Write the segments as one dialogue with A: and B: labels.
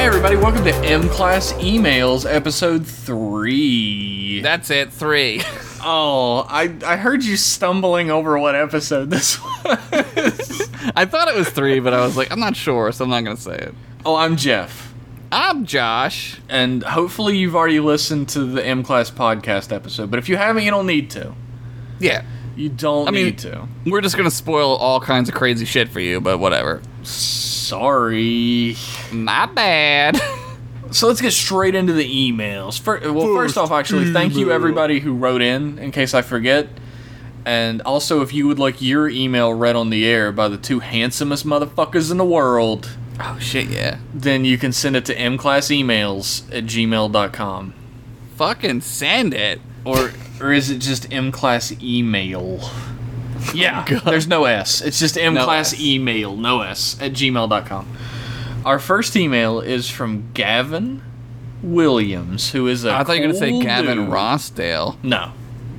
A: to M Class Emails, episode three.
B: That's it, three.
A: oh, I I heard you stumbling over what episode this was.
B: I thought it was three, but I was like, I'm not sure, so I'm not going to say it.
A: oh, I'm Jeff,
B: I'm Josh.
A: and hopefully you've already listened to the M Class podcast episode. But if you haven't, you don't need to.
B: Yeah.
A: You don't
B: I mean-
A: need to.
B: We're just going to spoil all kinds of crazy shit for you, but whatever.
A: Sorry.
B: My bad.
A: So let's get straight into the emails. First, well, first,
B: First
A: off, actually, thank you
B: email.
A: everybody who wrote in, in case I forget. And also, if you would like your email read on the air by the two handsomest motherfuckers in the world,
B: oh, shit, yeah.
A: then you can send it to mclassemails at gmail.com.
B: Fucking send it.
A: Or, or is it just mclassemail? Yeah, there's no S. It's just
B: S.
A: mclassemail, no S, at gmail.com. Our first email is from Gavin Williams, who is a.
B: I thought you were going to say
A: cool
B: Gavin
A: dude.
B: Rossdale.
A: No.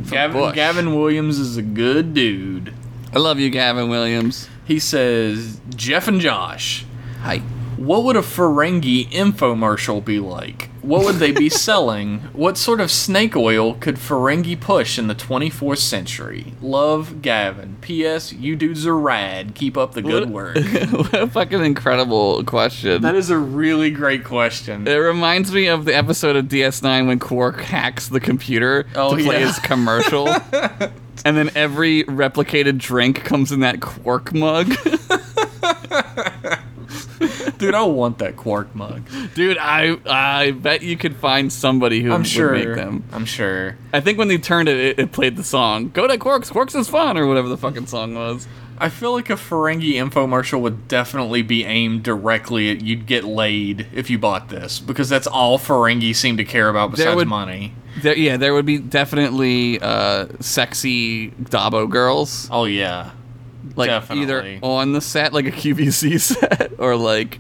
A: Gavin,
B: Bush.
A: Gavin Williams is a good dude.
B: I love you, Gavin Williams.
A: He says, Jeff and Josh,
B: Hi.
A: what would a Ferengi infomercial be like? What would they be selling? What sort of snake oil could Ferengi push in the 24th century? Love, Gavin. P.S. You dudes are rad. Keep up the good work.
B: what a fucking incredible question.
A: that is a really great question.
B: It reminds me of the episode of DS9 when Quark hacks the computer
A: Oh,
B: to play
A: yeah.
B: his commercial. and then every replicated drink comes in that Quark mug.
A: Dude, I want that quark mug.
B: Dude, I I bet you could find somebody who
A: I'm
B: would
A: sure.
B: make them.
A: I'm sure.
B: I think when they turned it, it, it played the song. Go to Quarks, Quarks is fun, or whatever the fucking song was.
A: I feel like a Ferengi infomercial would definitely be aimed directly at you'd get laid if you bought this, because that's all Ferengi seem to care about besides
B: would-
A: money.
B: There, yeah, there would be definitely uh, sexy Dabo girls.
A: Oh, yeah.
B: like
A: Definitely.
B: either on the set, like a QVC set, or like,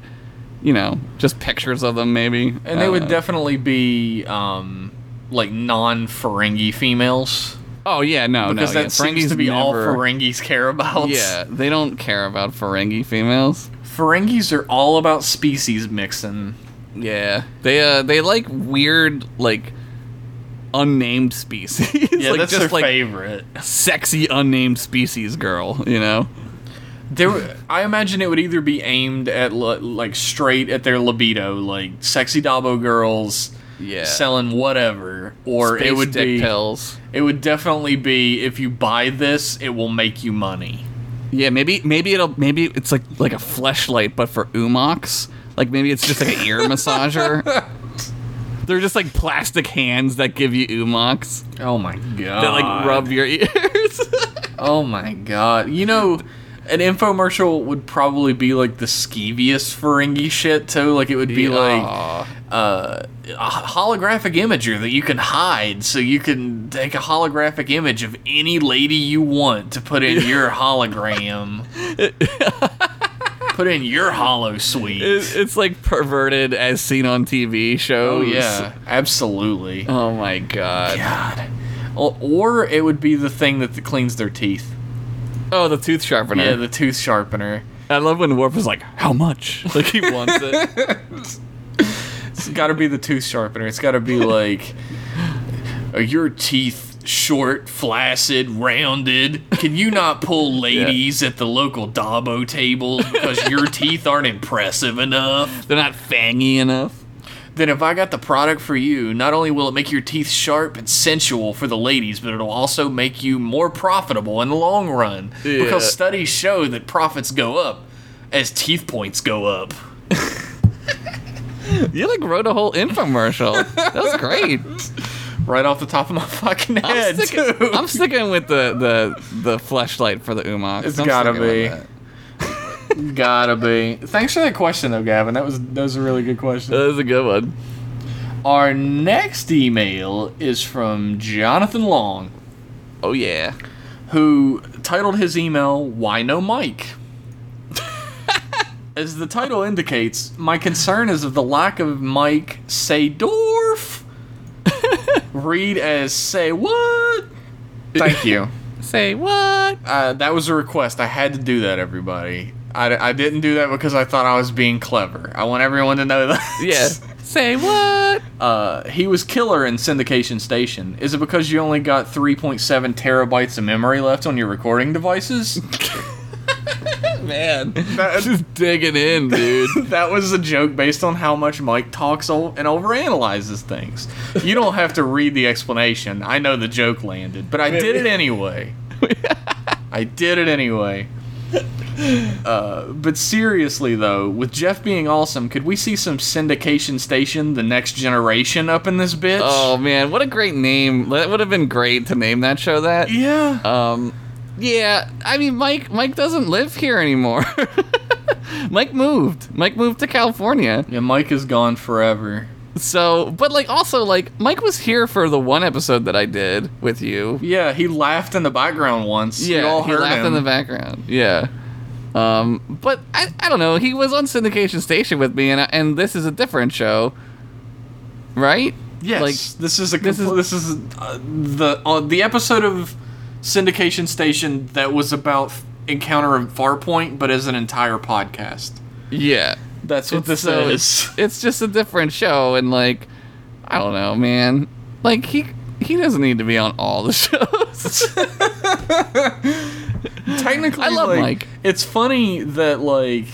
B: you know, just pictures of them maybe.
A: And they
B: Uh,
A: would definitely be, um, like, non Ferengi females.
B: Oh yeah, no,
A: Because
B: no,
A: that
B: yeah.
A: seems to
B: Ferengis
A: be all
B: never-
A: Ferengis care about.
B: Yeah, they don't care about Ferengi females.
A: Ferengis are all about species mixing.
B: Yeah, they uh they like weird like unnamed species.
A: Yeah,
B: like
A: that's
B: just
A: their
B: like
A: favorite.
B: sexy unnamed species girl. You know.
A: There, were- I imagine it would either be aimed at li- like straight at their libido, like sexy Dabo girls
B: Yeah.
A: selling whatever, or
B: Space
A: it would
B: dick
A: be
B: pills.
A: it would definitely be if you buy this, it will make you money.
B: Yeah, maybe maybe it'll maybe it's like like a fleshlight, but for umox. Like maybe it's just like an ear massager. They're just like plastic hands that give you umox
A: Oh my god!
B: that like rub your ears.
A: Oh my god! You know. An infomercial would probably be like the skeeviest Ferengi shit too. Like it would be like
B: Aw.
A: uh, a holographic imager that you can hide, so you can take a holographic image of any lady you want to put in your hologram. put in your hollow suite.
B: It- it's like perverted as seen on TV shows.
A: oh yeah, absolutely.
B: Oh my god.
A: God. O- Or it would be the thing that cleans their teeth.
B: Oh, the tooth sharpener.
A: Yeah, the tooth sharpener.
B: I love when Warp was like, "How much?" Like he wants it.
A: It's got to be the tooth sharpener. It's got to be like are your teeth short, flaccid, rounded. Can you not pull ladies at the local Dabo tables because your teeth aren't impressive enough?
B: They're not fangy enough.
A: Then if I got the product for you, not only will it make your teeth sharp and sensual for the ladies, but it'll also make you more profitable in the long run because
B: Yeah.
A: studies show that profits go up as teeth points go up.
B: You like wrote a whole infomercial. that was great.
A: Right off the top of my fucking
B: I'm
A: head.
B: sticking,
A: too.
B: I'm sticking with the the the flashlight for the Umox.
A: It's
B: I'm
A: gotta
B: sticking with
A: be.
B: that.
A: Gotta be. Thanks for that question though, Gavin. That was that was a really good question.
B: That was a good one.
A: Our next email is from Jonathan Long,
B: Oh yeah.
A: who titled his email "Why No Mike." As the title indicates, my concern is of the lack of Mike Seydorf. Read as say what? Thank you.
B: Say what?
A: Uh, that was a request. I had to do that, everybody. I, I didn't do that because I thought I was being clever. I want everyone to know that.
B: Yeah. Say what?
A: Uh, he was killer in Syndication Station. Is it because you only got 3.7 terabytes of memory left on your recording devices?
B: Oh, Man, that's just digging in, dude.
A: that was a joke based on how much Mike talks o- and overanalyzes things. You don't have to read the explanation. I know the joke landed, but I did it anyway. I did it anyway. Uh, but seriously, though, with Jeff being awesome, could we see some syndication station, the next generation, up in this bitch?
B: Oh man, what a great name. That would have been great to name that show that.
A: yeah.
B: Um, yeah, I mean Mike. Mike doesn't live here anymore. Mike moved. Mike moved to California.
A: yeah, Mike is gone forever.
B: So, but like also like Mike was here for the one episode that I did with you.
A: Yeah, he laughed in the background once. You all
B: he
A: heard
B: laughed
A: him.
B: in the background. Yeah. Um, but I, I don't know. He was on syndication station with me, and I, and this is a different show, right?
A: Yes,
B: Like
A: this is a
B: this
A: this is,
B: is-
A: this is uh, the uh, the episode of Syndication Station that was about Encounter of Farpoint, but as an entire podcast. uh,
B: yeah.
A: That's what this
B: so
A: is.
B: It's, it's just a different show, and like, I don't know, man. Like he he doesn't need to be on all the shows.
A: Technically,
B: I love
A: like,
B: Mike.
A: It's funny that like.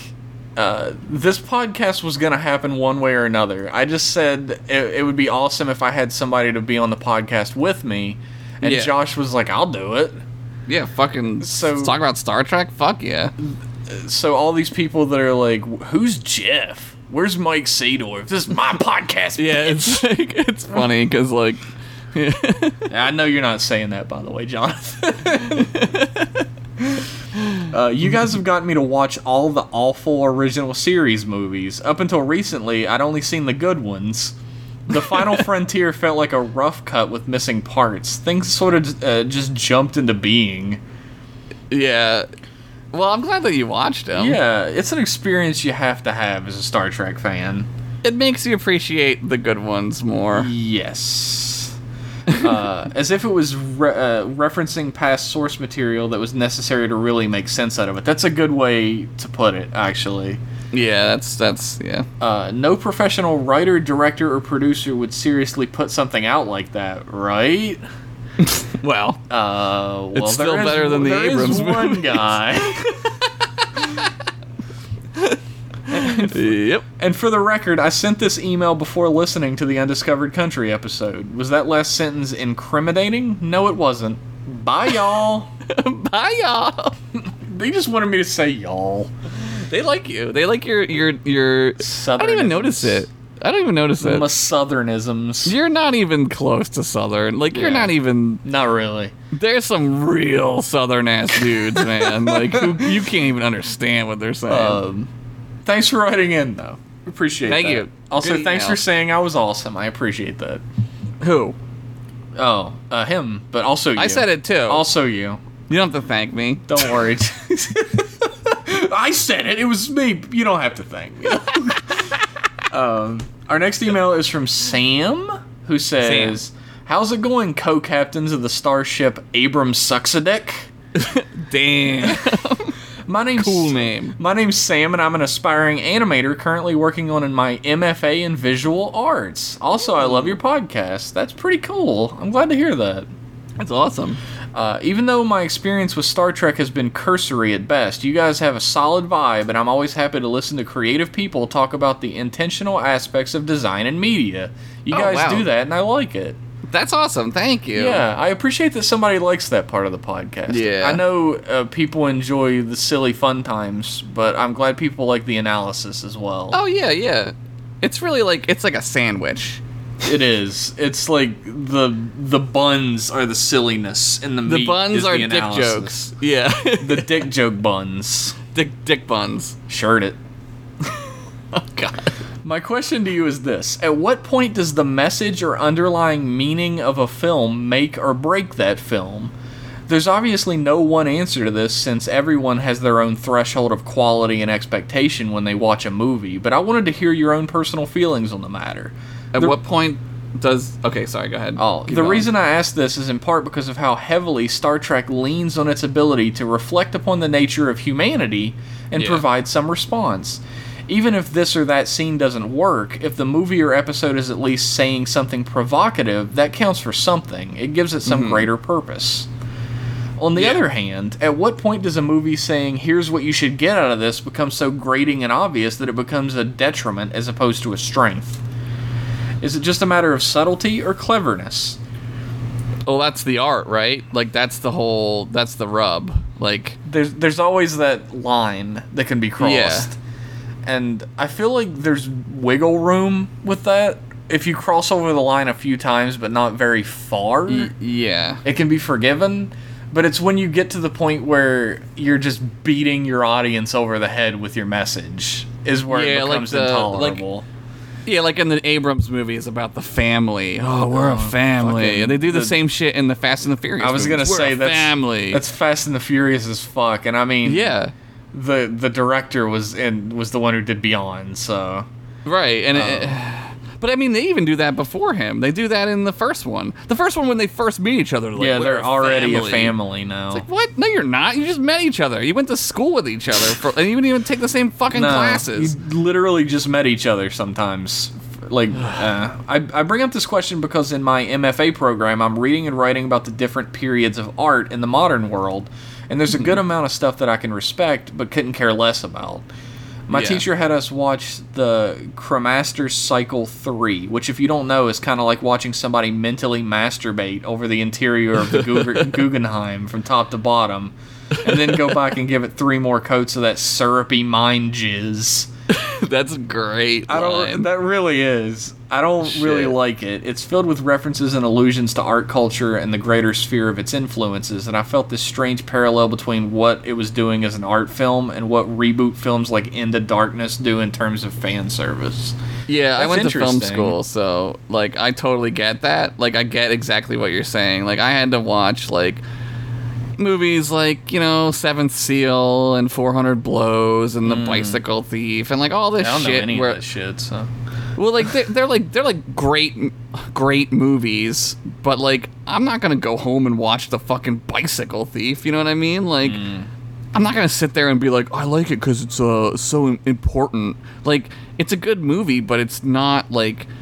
A: Uh, this podcast was gonna happen one way or another. I just said it, it would be awesome if I had somebody to be on the podcast with me, and
B: Yeah.
A: Josh was like, "I'll do it."
B: yeah, fucking.
A: So-
B: So talk about Star Trek. Fuck yeah.
A: so all these people that are like, "Who's Jeff? Where's Mike Sador? This is my podcast."
B: Yeah, it's like it's funny because like.
A: I know you're not saying that, by the way, Jonathan. uh, you guys have gotten me to watch all the awful original series movies. Up until recently, I'd only seen the good ones. The Final Frontier felt like a rough cut with missing parts. Things sort of uh, just jumped into being.
B: Yeah. Well, I'm glad that you watched him.
A: Yeah, it's an experience you have to have as a Star Trek fan.
B: It makes you appreciate the good ones more.
A: Yes. uh, as if it was re- uh, referencing past source material that was necessary to really make sense out of it. That's a good way to put it, actually.
B: Yeah, that's that's yeah.
A: Uh, no professional writer, director, or producer would seriously put something out like that, right?
B: Well,
A: Uh, well,
B: It's still
A: there is-
B: better than the
A: there is
B: Abrams
A: one
B: movies.
A: guy.
B: yep.
A: and for the record, I sent this email before listening to the Undiscovered Country episode. Was that last sentence incriminating? No, it wasn't. Bye, y'all.
B: Bye, y'all.
A: They just wanted me to say y'all.
B: They like you. They like your your your. I
A: Southern
B: don't even notice it. I don't even notice it.
A: My southernisms.
B: You're not even close to Southern. Like you're
A: Yeah.
B: not even.
A: Not really.
B: There's some real Southern ass dudes, man. like who, you can't even understand what they're saying.
A: Um, thanks for writing in, though. Appreciate
B: Thank
A: that.
B: you.
A: Also,
B: Good
A: thanks for
B: email.
A: saying I was awesome. I appreciate that.
B: who?
A: Oh, uh, him, but also you.
B: I said it too.
A: Also you.
B: you don't have to thank me.
A: Don't worry. I said it. It was me. You don't have to thank me. um, our next email is from Sam, who says, "How's it going, co-captains of the starship Abram Suxadick?"
B: Damn.
A: My name's
B: Cool name.
A: My name's Sam, and I'm an aspiring animator currently working on my MFA in visual arts. Also, I love your podcast. That's pretty cool. I'm glad to hear that.
B: That's awesome.
A: Uh, even though my experience with Star Trek has been cursory at best, you guys have a solid vibe, and I'm always happy to listen to creative people talk about the intentional aspects of design and media. You
B: Oh,
A: guys
B: wow.
A: do that, and I like it.
B: That's awesome. Thank you.
A: Yeah, I appreciate that somebody likes that part of the podcast.
B: Yeah.
A: I know uh, people enjoy the silly fun times, but I'm glad people like the analysis as well.
B: Oh yeah, yeah. It's really like it's like a sandwich.
A: It is. It's like the the buns are the silliness, and the
B: The
A: meat
B: buns
A: is
B: are
A: the
B: dick
A: analysis.
B: jokes. Yeah.
A: The dick joke buns.
B: dick dick buns.
A: Shirt it.
B: Oh god.
A: My question to you is this: At what point does the message or underlying meaning of a film make or break that film? There's obviously no one answer to this since everyone has their own threshold of quality and expectation when they watch a movie, but I wanted to hear your own personal feelings on the matter.
B: At
A: The-
B: what point does okay. Sorry, go ahead.
C: Oh,
B: Keep
A: the
B: going.
A: reason I ask this is in part because of how heavily Star Trek leans on its ability to reflect upon the nature of humanity and
B: Yeah.
A: provide some response. Even if this or that scene doesn't work, if the movie or episode is at least saying something provocative, that counts for something. It gives it some
B: Mm-hmm.
A: greater purpose. On the
B: Yeah.
A: other hand, at what point does a movie saying, here's what you should get out of this, become so grating and obvious that it becomes a detriment as opposed to a strength? Is it just a matter of subtlety or cleverness?
B: well, that's the art, right? Like that's the whole. That's the rub. Like
A: there's there's always that line that can be crossed. And I feel like there's wiggle room with that. If you cross over the line a few times but not very far,
B: y- yeah,
A: it can be forgiven. But it's when you get to the point where you're just beating your audience over the head with your message is where
B: Yeah,
A: it
B: like
A: becomes
B: the- like-
A: intolerable.
B: yeah. Like in the Abrams movies about the family. Oh, we're a family.
A: fucking-
B: and they do the,
A: the-
B: same shit in the Fast and the Furious.
A: I was gonna
B: movies. We're
A: say
B: a
A: that's
B: family.
A: That's Fast and the Furious as fuck, and I mean,
B: yeah.
A: the the director was and was the one who did Beyond, so
B: Right, and it,
A: Oh.
B: but I mean, they even do that before him. They do that in the first one. The first one when they first meet each other. Like,
A: yeah,
B: "We're
A: they're already a
B: family.
A: family now.
B: Like what? No, you're not. You just met each other. You went to school with each other, for, and you didn't even take the same fucking classes.
A: You literally just met each other sometimes. Like, uh, I, I bring up this question because in my MFA program, I'm reading and writing about the different periods of art in the modern world, and there's a good amount of stuff that I can respect but couldn't care less about. My
B: Yeah.
A: teacher had us watch the Cremaster Cycle 3, which, if you don't know, is kind of like watching somebody mentally masturbate over the interior of the Gugger- Guggenheim from top to bottom, and then go back and give it three more coats of that syrupy mind jizz.
B: That's great.
A: I don't.
B: line.
A: That really is. I don't really
B: Shit.
A: like it. It's filled with references and allusions to art culture and the greater sphere of its influences, and I felt this strange parallel between what it was doing as an art film and what reboot films like Into Darkness do in terms of fan service.
B: yeah, I
A: that's
B: went to film
A: interesting.
B: school, so like I totally get that. Like I get exactly what you're saying. Like I had to watch like movies like you know Seventh Seal and 400 Blows and The Bicycle Thief and like all this
A: Mm. I don't know
B: shit.
A: any
B: where-
A: of that shit. So
B: Well, like they're, they're like they're like great, great movies, but like I'm not gonna go home and watch the fucking Bicycle Thief. You know what I mean? Like
A: Mm.
B: I'm not gonna sit there and be like, I like it because it's uh so im- important. Like it's a good movie, but it's not like.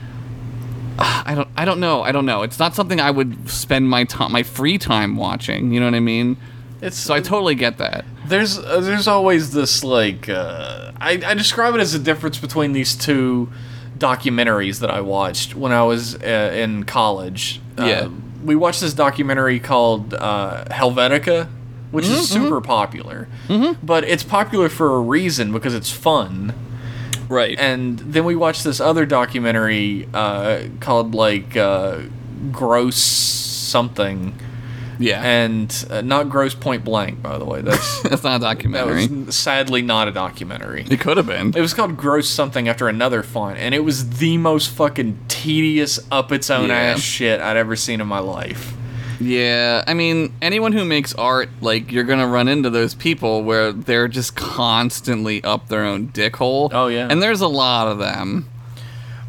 B: I don't. I don't know. I don't know. It's not something I would spend my time, my free time watching. You know what I mean?
A: it's
B: So I totally get that.
A: there's uh, there's always this like uh, I, I describe it as a difference between these two documentaries that I watched when I was uh, in college.
B: Yeah.
A: Uh, we watched this documentary called uh, Helvetica, which is super popular. But it's popular for a reason because it's fun.
B: Right.
A: And then we watched this other documentary uh, called like uh, Gross Something,
B: yeah.
A: and uh, not Gross Point Blank, by the way. That's
B: That's not a
A: that
B: documentary.
A: was n- sadly not a documentary.
B: it could have been.
A: It was called Gross Something After Another Font, and it was the most fucking tedious, up its own
B: Yeah.
A: ass shit I'd ever seen in my life.
B: Yeah, I mean, anyone who makes art, like, you're gonna run into those people where they're just constantly up their own dick hole.
A: Oh, yeah.
B: and there's a lot of them.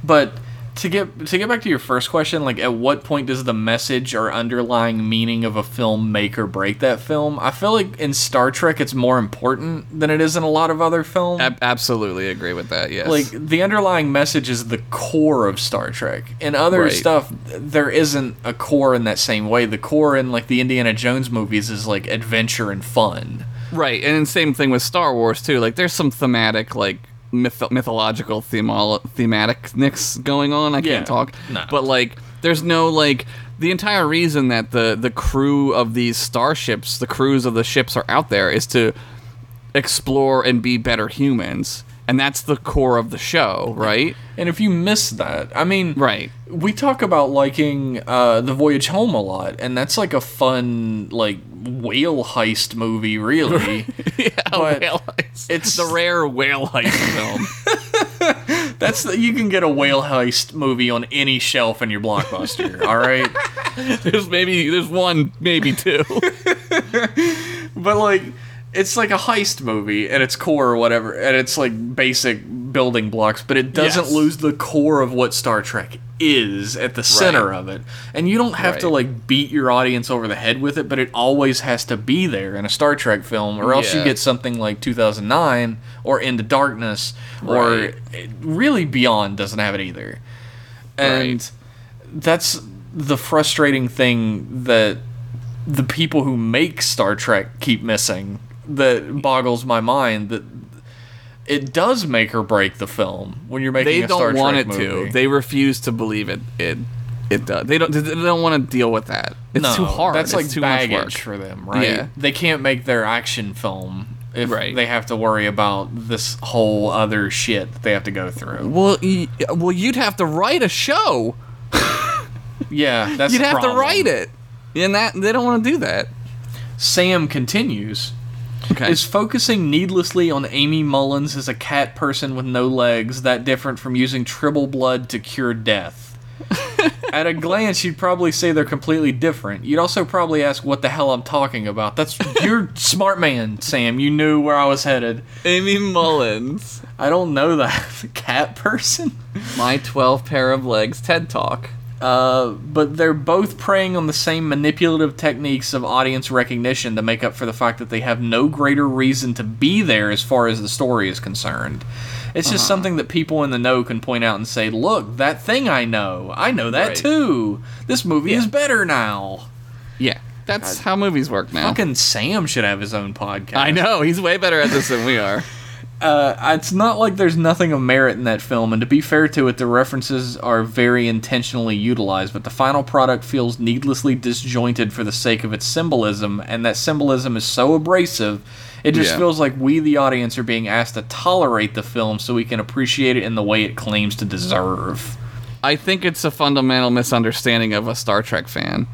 A: But to get to get back to your first question, like at what point does the message or underlying meaning of a film make or break that film? I feel like in Star Trek it's more important than it is in a lot of other films.
B: Ab- absolutely agree with that. Yes.
A: like the underlying message is the core of Star Trek. In other
B: Right.
A: stuff, there isn't a core in that same way. The core in like the Indiana Jones movies is like adventure and fun.
B: right, and then same thing with Star Wars too. Like, there's some thematic, like, myth- mythological themol- thematicness going on. I
A: Yeah.
B: can't talk,
A: No.
B: but like, there's no like. The entire reason that the the crew of these starships, the crews of the ships, are out there is to explore and be better humans and that's the core of the show right
A: And if you miss that, I mean,
B: right
A: we talk about liking uh, the voyage home a lot, and that's like a fun like whale heist movie, really.
B: yeah
A: But
B: whale heist.
A: it's-
B: it's the rare whale heist film
A: that's the, you can get a whale heist movie on any shelf in your blockbuster. all right.
B: there's maybe there's one maybe two
A: But like, it's like a heist movie at its core or whatever, and it's like basic building blocks, but it doesn't
B: Yes.
A: lose the core of what Star Trek is at the center
B: Right.
A: of it. And you don't have to
B: Right.
A: like beat your audience over the head with it, but it always has to be there in a Star Trek film, or else you
B: Yeah.
A: get something like 2009 or Into Darkness,
B: Right.
A: or it- really Beyond doesn't have it either. And
B: Right.
A: that's the frustrating thing that the people who make Star Trek keep missing that boggles my mind that it does make or break the film when you're making
B: They
A: a Star
B: don't want
A: Trek
B: it
A: movie.
B: to. They refuse to believe it. It it does. They don't. They don't want to deal with that. It's
A: No,
B: too hard.
A: That's
B: It's
A: like
B: too much
A: baggage
B: work.
A: for them, right?
B: Yeah.
A: They can't make their action film if
B: Right.
A: they have to worry about this whole other shit that they have to go through.
B: Well, y- well, you'd have to write a show.
A: Yeah, that's
B: You'd
A: the
B: have to
A: problem.
B: write it, and that they don't want to do that.
A: Sam continues.
B: Okay.
A: Is focusing needlessly on Amy Mullins as a cat person with no legs that different from using triple blood to cure death? At a glance, you'd probably say they're completely different. You'd also probably ask what the hell I'm talking about. That's you're smart man, Sam. You knew where I was headed.
B: Amy Mullins,
A: I don't know that cat person.
B: my twelve pair of legs TED Talk.
A: Uh, but they're both preying on the same manipulative techniques of audience recognition to make up for the fact that they have no greater reason to be there as far as the story is concerned. It's just
B: Uh-huh.
A: something that people in the know can point out and say, look, that thing I know, I know that
B: Right.
A: too. This movie is better now.
B: Yeah, that's how movies work now.
A: Fucking Sam should have his own podcast.
B: I know he's way better at this than we are.
A: uh, it's not like there's nothing of merit in that film, and to be fair to it, the references are very intentionally utilized, but the final product feels needlessly disjointed for the sake of its symbolism, and that symbolism is so abrasive, it just
B: Yeah.
A: feels like we, the audience, are being asked to tolerate the film so we can appreciate it in the way it claims to deserve.
B: I think it's a fundamental misunderstanding of a Star Trek fan,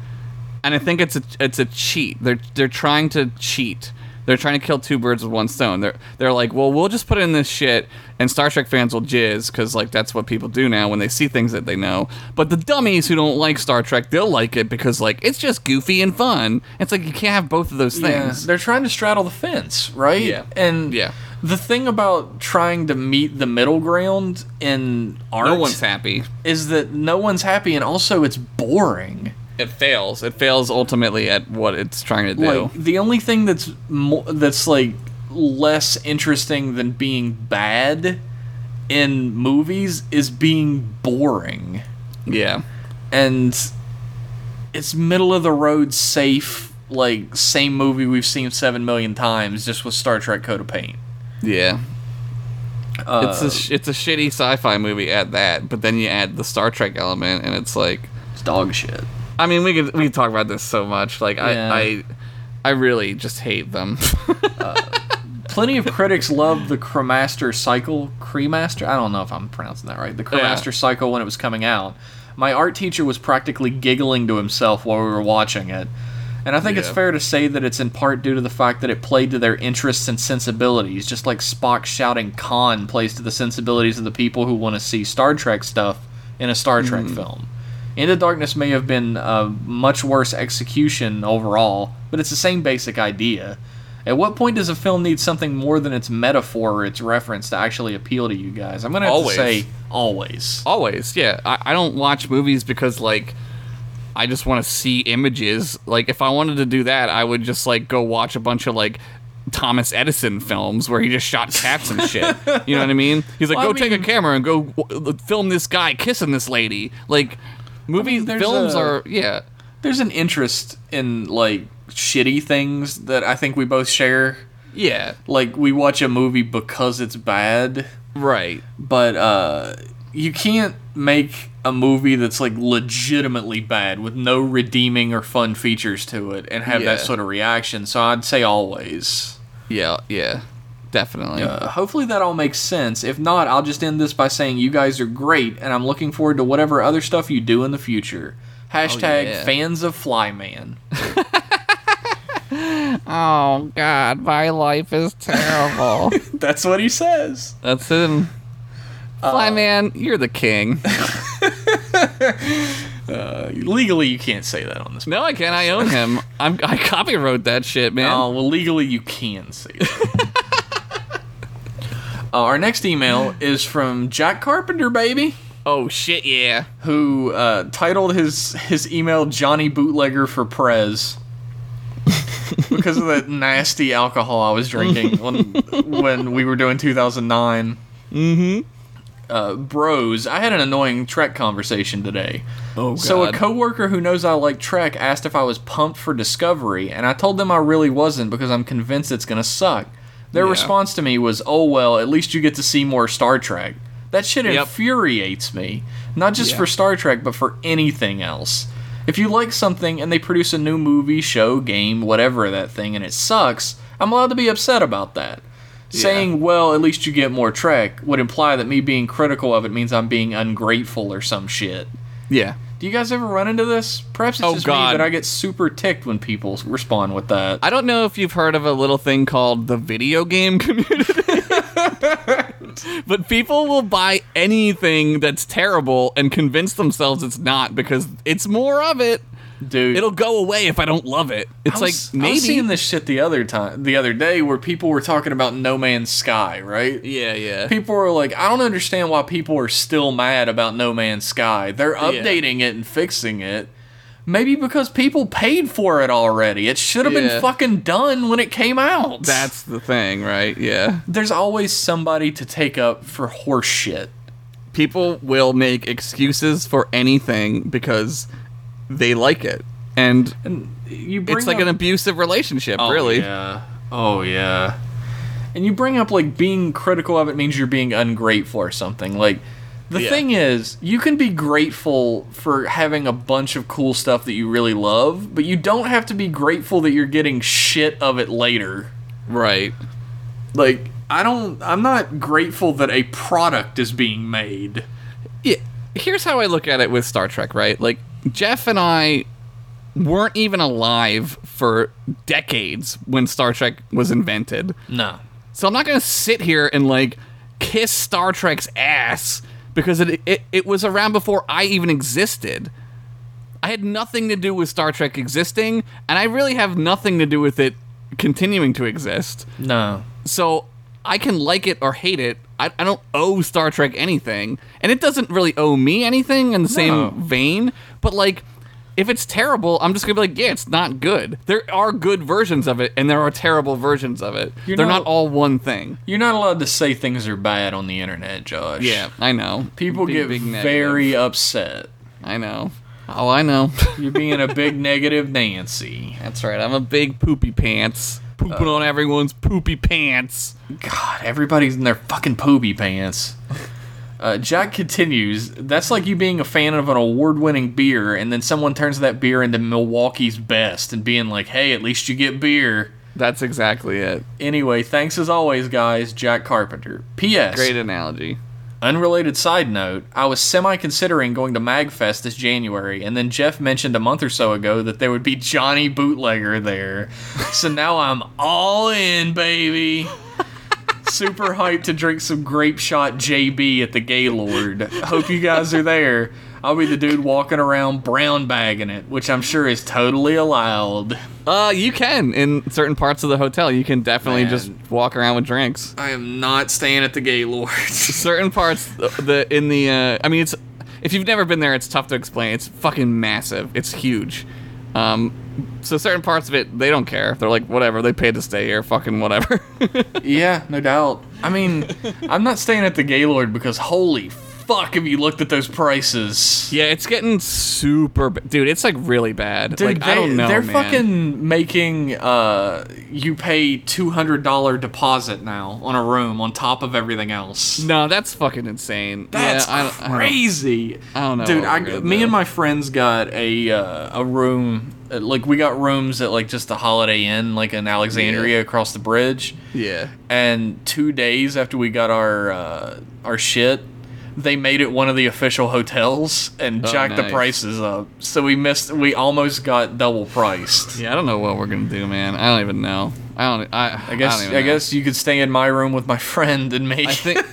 B: and I think it's a it's a cheat. They're they're trying to cheat. They're trying to kill two birds with one stone. They're they're like, well, we'll just put in this shit, and Star Trek fans will jizz because like that's what people do now when they see things that they know. But the dummies who don't like Star Trek, they'll like it because like it's just goofy and fun. It's like you can't have both of those things.
A: They're trying to straddle the fence, right?
B: Yeah.
A: And
B: Yeah.
A: the thing about trying to meet the middle ground in art
B: No one's happy.
A: is that no one's happy and also it's boring.
B: It fails. It fails ultimately at what it's trying to do.
A: Like the only thing that's mo- that's like less interesting than being bad in movies is being boring.
B: yeah.
A: And it's middle of the road safe like same movie we've seen 7 million times just with Star Trek Code of Paint.
B: Yeah.
A: Uh,
B: it's a sh- it's a shitty sci-fi movie at that, but then you add the Star Trek element, and it's like,
A: It's dog shit.
B: I mean, we could we could talk about this so much. Like
A: Yeah.
B: I I I really just hate them.
A: Plenty of critics loved the Cremaster cycle. Cremaster? I don't know if I'm pronouncing that right. The Cremaster cycle when it was coming out. My art teacher was practically giggling to himself while we were watching it. And I think it's
B: Yeah.
A: fair to say that it's in part due to the fact that it played to their interests and sensibilities, just like Spock shouting Khan plays to the sensibilities of the people who want to see Star Trek stuff in a Star Trek
B: Hmm.
A: film. In the Darkness may have been a much worse execution overall, but it's the same basic idea. At what point does a film need something more than its metaphor or its reference to actually appeal to you guys? I'm gonna have
B: Always.
A: to say always.
B: Always, yeah. I, I don't watch movies because like I just want to see images. Like if I wanted to do that, I would just like go watch a bunch of like. Thomas Edison films where he just shot cats and shit. You know what I mean? He's like,
A: Well, I
B: go take a camera and go w- film this guy kissing this lady. Like, movie
A: there's
B: films
A: a-
B: are yeah.
A: There's an interest in like shitty things that I think we both share.
B: Yeah,
A: Like we watch a movie because it's bad,
B: right.
A: but uh, you can't make a movie that's like legitimately bad with no redeeming or fun features to it and have that
B: Yeah.
A: sort of reaction. So I'd say always.
B: Yeah, yeah, definitely.
A: Uh, hopefully that all makes sense. If not, I'll just end this by saying you guys are great, and I'm looking forward to whatever other stuff you do in the future. Hashtag
B: yeah.
A: fans of Flyman.
B: Oh God, my life is terrible.
A: That's what he says.
B: That's him.
A: Uh,
B: Flyman, you're the king.
A: Uh, Legally, you can't say that on this.
B: No, I can't. I own him. I'm, I copywrote that shit, man.
A: Oh, well, legally, you can say that. uh, our next email is from Jack Carpenter, baby.
B: Oh, Oh shit, yeah.
A: who uh, titled his his email Johnny Bootlegger for Prez because of that nasty alcohol I was drinking when when we were doing 2009. Mm-hmm. Uh, bros, I had an annoying Trek conversation today.
B: Oh
A: So a coworker who knows I like Trek asked if I was pumped for Discovery, and I told them I really wasn't because I'm convinced it's gonna suck. Their
B: Yeah.
A: response to me was, "Oh well, at least you get to see more Star Trek." That shit
B: Yep.
A: infuriates me, not just
B: Yeah.
A: for Star Trek, but for anything else. If you like something and they produce a new movie, show, game, whatever that thing, and it sucks, I'm allowed to be upset about that. Saying, well, at least you get more Trek would imply that me being critical of it means I'm being ungrateful or some shit.
B: yeah.
A: Do you guys ever run into this? Perhaps it's
B: Oh,
A: just
B: God.
A: me, but I get super ticked when people respond with that.
B: I don't know if you've heard of a little thing called the video game community. but people will buy anything that's terrible and convince themselves it's not because it's more of it.
A: Dude,
B: It'll go away if I don't love it. It's
A: I was-
B: like
A: I was
B: maybe
A: seeing this shit the other time, the other day, where people were talking about No Man's Sky, right?
B: Yeah, yeah.
A: People were like, I don't understand why people are still mad about No Man's Sky. They're updating it and fixing it. Maybe because people paid for it already. It should have
B: Yeah.
A: been fucking done when it came out.
B: That's the thing, right? Yeah.
A: there's always somebody to take up for horse shit.
B: People will make excuses for anything because they like it. And
A: And you bring
B: it's like
A: up-
B: an abusive relationship, really.
A: Oh, Yeah. Oh yeah. And you bring up like being critical of it means you're being ungrateful or something. Like the
B: Yeah.
A: thing is, you can be grateful for having a bunch of cool stuff that you really love, but you don't have to be grateful that you're getting shit of it later.
B: Right.
A: Like I don't I'm not grateful that a product is being made.
B: yeah, here's how I look at it with Star Trek, right? Like Jeff and I weren't even alive for decades when Star Trek was invented.
A: No.
B: So I'm not going to sit here and like kiss Star Trek's ass because it, it it was around before I even existed. I had nothing to do with Star Trek existing, and I really have nothing to do with it continuing to exist.
A: No.
B: So I can like it or hate it. I, I don't owe Star Trek anything, and it doesn't really owe me anything in the
A: No.
B: same vein. But like, if it's terrible, I'm just gonna be like, yeah, it's not good. There are good versions of it, and there are terrible versions of it.
A: You're
B: They're
A: not-
B: not, all one thing.
A: You're not allowed to say things are bad on the internet, Josh.
B: Yeah, I know.
A: People
B: Big-
A: get
B: big negative.
A: very upset.
B: I know. Oh, I know.
A: You're being a big negative Nancy.
B: That's right. I'm a big poopy pants, Uh, pooping on everyone's poopy pants.
A: God, everybody's in their fucking poopy pants. Uh, Jack continues, that's like you being a fan of an award winning beer, and then someone turns that beer into Milwaukee's best and being like, hey, at least you get beer.
B: That's exactly it.
A: Anyway, thanks as always, guys. Jack Carpenter. P.S.
B: Great analogy.
A: Unrelated side note, I was semi considering going to MagFest this January, and then Jeff mentioned a month or so ago that there would be Johnny Bootlegger there. so now I'm all in, baby. Super hyped to drink some grape shot JB at the Gaylord. Hope you guys are there. I'll be the dude walking around brown bagging it, which I'm sure is totally allowed.
B: Uh, you can in certain parts of the hotel. You can definitely
A: Man.
B: just walk around with drinks.
A: I am not staying at the Gaylord.
B: Certain parts, the in the. Uh, I mean, it's if you've never been there, it's tough to explain. It's fucking massive. It's huge. Um, so certain parts of it, they don't care. They're like, whatever. They paid to stay here. Fucking whatever.
A: Yeah, no doubt. I mean, I'm not staying at the Gaylord because holy fuck have you looked at those prices.
B: yeah, it's getting super, ba- dude. It's like really bad.
A: Dude,
B: like I don't know,
A: they're
B: man.
A: fucking making uh you pay $200 deposit now on a room on top of everything else.
B: No, that's fucking insane.
A: That's
B: yeah, I don't- I don't-
A: crazy.
B: I don't know
A: dude.
B: what
A: I,
B: we're gonna
A: me
B: do.
A: and my friends got a uh, a room. uh, Like we got rooms at like just the Holiday Inn, like in Alexandria across the bridge.
B: yeah.
A: and two days after we got our uh, our shit, they made it one of the official hotels and
B: Oh,
A: jacked the
B: nice.
A: prices up. So we missed. We almost got double priced.
B: Yeah, I don't know what we're gonna do, man. I don't even know. I don't. I,
A: I guess.
B: don't
A: I,
B: even know.
A: guess you could stay in my room with my friend and me.
B: I think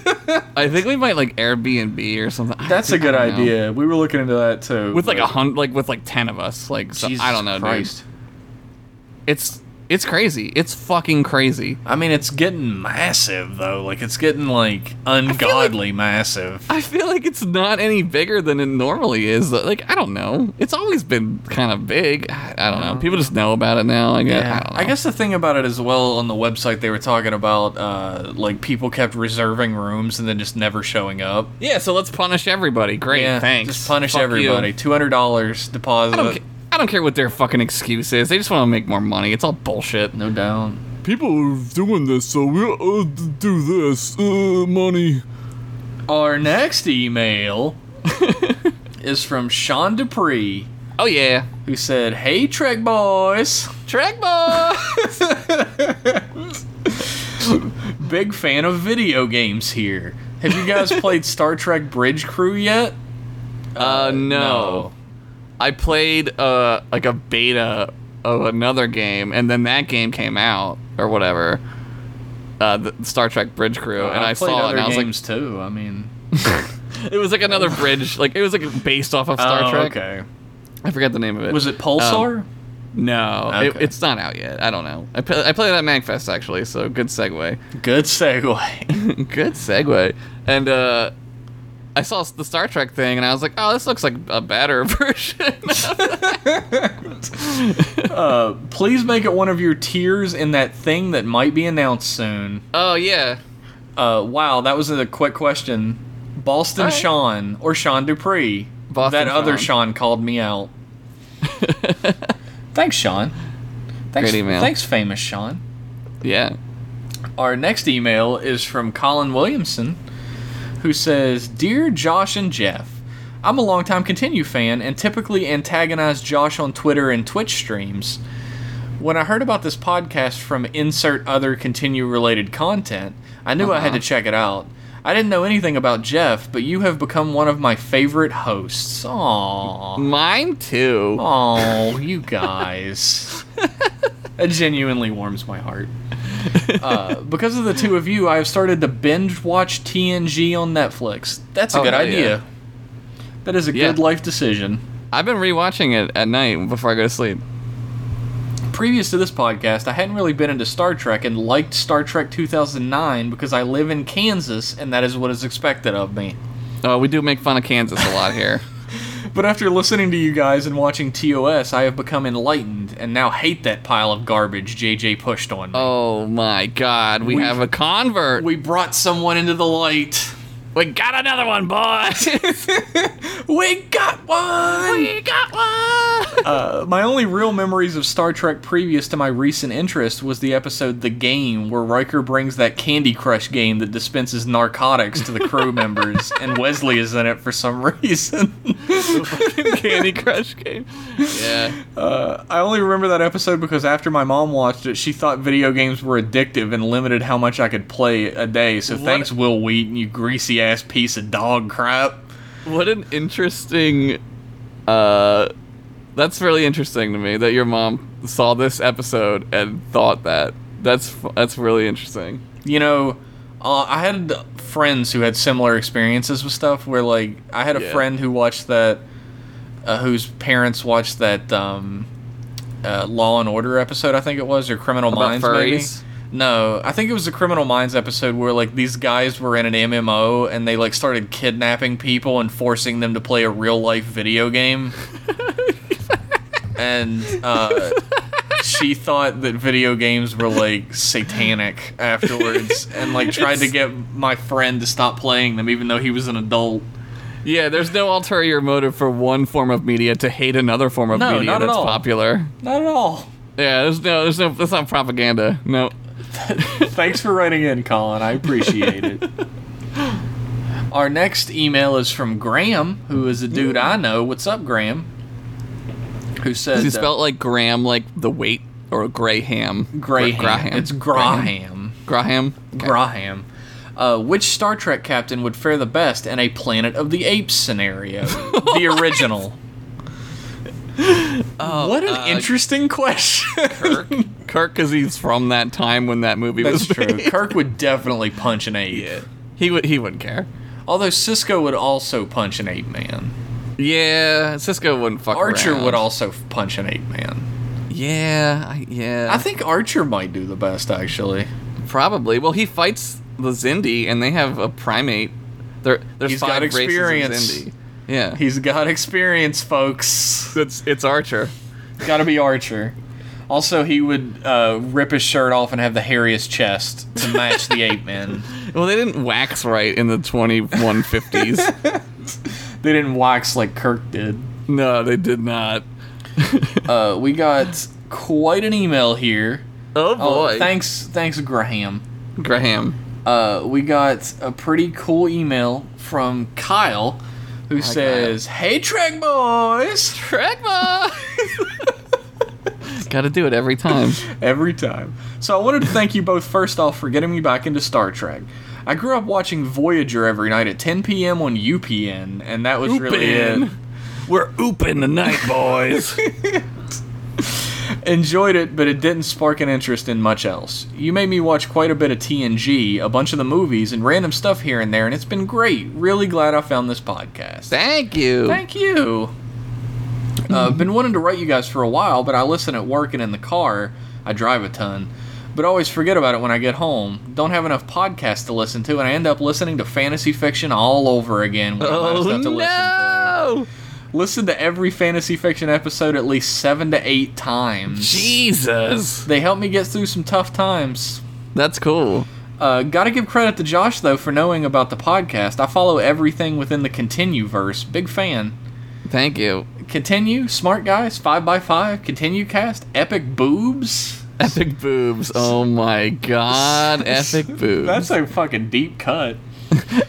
B: I think we might like Airbnb or something. I
A: that's a
B: think- I
A: good
B: don't know.
A: idea. We were looking into that too.
B: With like a
A: but-
B: hundred, like with like ten of us, like so,
A: Jesus
B: I don't know, dude.
A: Christ.
B: It's It's crazy. It's fucking crazy.
A: I mean, it's getting massive though. Like it's getting like ungodly massive.
B: I feel like it's not any bigger than it normally is. Like I don't know. It's always been kind of big. I I don't know. People just know about it now. I guess. I, don't know.
A: I guess the thing about it as well on the website they were talking about uh, like people kept reserving rooms and then just never showing up.
B: Yeah. So let's punish everybody. Great. thanks.
A: Just punish
B: Fuck you.
A: everybody. Two hundred dollars deposit.
B: I don't, ca- I don't care what their fucking excuse is. They just want to make more money. It's all bullshit.
A: no doubt.
B: People are doing this, so we uh, do this. Uh, money.
A: Our next email is from Sean Dupree,
B: Oh yeah.
A: who said, "Hey Trek boys,
B: Track ball.
A: big fan of video games here. Have you guys played Star Trek Bridge Crew yet?"
B: Uh, no. I played uh like a beta of another game, and then that game came out or whatever. Uh, the Star Trek Bridge Crew, and I,
A: Uh, played
B: saw it,
A: other
B: and I was
A: games too. I mean,
B: like, it was like another bridge, like it was like based off of Star
A: Oh,
B: Trek.
A: Okay.
B: I forgot the name of it. Um,
A: Was it Pulsar?
B: No, it-
A: Okay.
B: it's not out yet. I don't know. I play, I played it at Magfest actually, so good segue.
A: Good segue.
B: Good segue. And uh, I saw the Star Trek thing, and I was like, "Oh, this looks like a better version."
A: Uh, please make it one of your tiers in that thing that might be announced soon.
B: oh yeah,
A: Uh, wow, that was a quick question. Boston
B: Alright.
A: Sean or Sean Dupree.
B: Boston
A: that other
B: Sean.
A: Sean called me out. thanks, Sean. Thanks,
B: Great email.
A: thanks, famous Sean.
B: yeah.
A: Our next email is from Colin Williamson, who says Dear Josh and Jeff, I'm a longtime Continue fan and typically antagonize Josh on Twitter and Twitch streams. When I heard about this podcast from Insert Other Continue related content, I knew I had to check it out. I didn't know anything about Jeff, but you have become one of my favorite hosts. Aww.
B: Mine too.
A: Oh, you guys. that genuinely warms my heart. Uh, because of the two of you, I have started to binge watch TNG on Netflix. That's a
B: Oh,
A: good
B: hell
A: idea.
B: yeah.
A: That is a
B: Yeah.
A: good life decision.
B: I've been rewatching it at night before I go to sleep.
A: Previous to this podcast, I hadn't really been into Star Trek and liked Star Trek 2009 because I live in Kansas and that is what is expected of me.
B: Oh, we do make fun of Kansas a lot here.
A: But after listening to you guys and watching TOS, I have become enlightened and now hate that pile of garbage JJ pushed on me.
B: oh my God, we,
A: We-
B: have a convert. We,
A: We brought someone into the light.
B: got another one, boys.
A: We got one!
B: we got one.
A: Uh, my only real memories of Star Trek previous to my recent interest was the episode The Game, where Riker brings that Candy Crush game that dispenses narcotics to the crew members, and Wesley is in it for some reason.
B: Candy Crush game. Yeah.
A: Uh, I only remember that episode because after my mom watched it, she thought video games were addictive and limited how much I could play a day. So thanks, Will Wheaton, you greasy ass piece of dog crap.
B: What an interesting. Uh, that's really interesting to me that your mom saw this episode and thought that. That's fu- that's really interesting.
A: you know, uh, I had friends who had similar experiences with stuff where, like, I had a
B: Yeah.
A: friend who watched that, uh, whose parents watched that um, uh, Law and Order episode, I think it was, or Criminal Minds,
B: furries?
A: maybe. No, I think it was the Criminal Minds episode where, like, these guys were in an MMO and they, like, started kidnapping people and forcing them to play a real life video game. and, uh,. she thought that video games were like satanic afterwards and like tried to get my friend to stop playing them even though he was an adult.
B: Yeah, there's no ulterior motive for one form of media to hate another form of
A: No,
B: media
A: not at
B: that's
A: all.
B: popular.
A: Not at all.
B: Yeah, there's no, there's no, that's not propaganda. No.
A: Thanks for writing in, Colin. I appreciate it. Our next email is from Graham, who is a dude I know. What's up, Graham? Who says
B: Is he
A: uh,
B: spelled like Graham, like the weight, or Graham?
A: Graham.
B: Graham.
A: It's Graham.
B: Graham. Okay.
A: Graham. Uh, which Star Trek captain would fare the best in a Planet of the Apes scenario? the original. what an
B: uh,
A: interesting question.
B: Kirk. Kirk, because he's from that time when that movie
A: That's
B: was
A: true.
B: made.
A: Kirk would definitely punch an ape.
B: He would. He wouldn't care.
A: Although Cisco would also punch an ape man.
B: Yeah, Cisco wouldn't fuck.
A: Archer
B: around.
A: would also f- punch an ape man.
B: Yeah, I, yeah.
A: I think Archer might do the best actually.
B: Probably. Well, he fights the Zindi, and they have a primate. There, there's
A: He's
B: five
A: got experience.
B: races of Zindi. Yeah,
A: He's got experience, folks.
B: it's it's Archer.
A: Got to be Archer. Also, he would uh, rip his shirt off and have the hairiest chest to match the ape man.
B: Well, they didn't wax right in the 2150s.
A: They didn't wax like Kirk did.
B: no, they did not.
A: Uh, we got quite an email here.
B: Oh boy,
A: Oh, thanks, thanks, Graham.
B: Graham.
A: Uh, we got a pretty cool email from Kyle, who says, "Hey, Trek boys."
B: Got to do it every time.
A: Every time. So I wanted to thank you both first off for getting me back into Star Trek. I grew up watching Voyager every night at 10 p.m. on UPN, and that was really it.
B: We're ooping tonight, boys.
A: Enjoyed it, but it didn't spark an interest in much else. You made me watch quite a bit of TNG, a bunch of the movies, and random stuff here and there, and it's been great. Really glad I found this podcast.
B: Thank you.
A: Thank you. Uh,
B: Mm-hmm.
A: been wanting to write you guys for a while, but I listen at work and in the car. I drive a ton, but always forget about it when I get home. Don't have enough podcasts to listen to, and I end up listening to fantasy fiction all over again. When I'm out of
B: oh
A: stuff to listen
B: no!
A: to. Listen to every fantasy fiction episode at least seven to eight times.
B: Jesus,
A: They helped me get through some tough times.
B: that's cool.
A: Uh, gotta give credit to Josh though for knowing about the podcast. I follow everything within the Continue verse. Big fan.
B: Thank you.
A: Continue, Smart Guys, 5x5, Continue Cast, Epic Boobs.
B: Epic boobs. Oh my god. Epic boobs.
A: That's a fucking deep cut.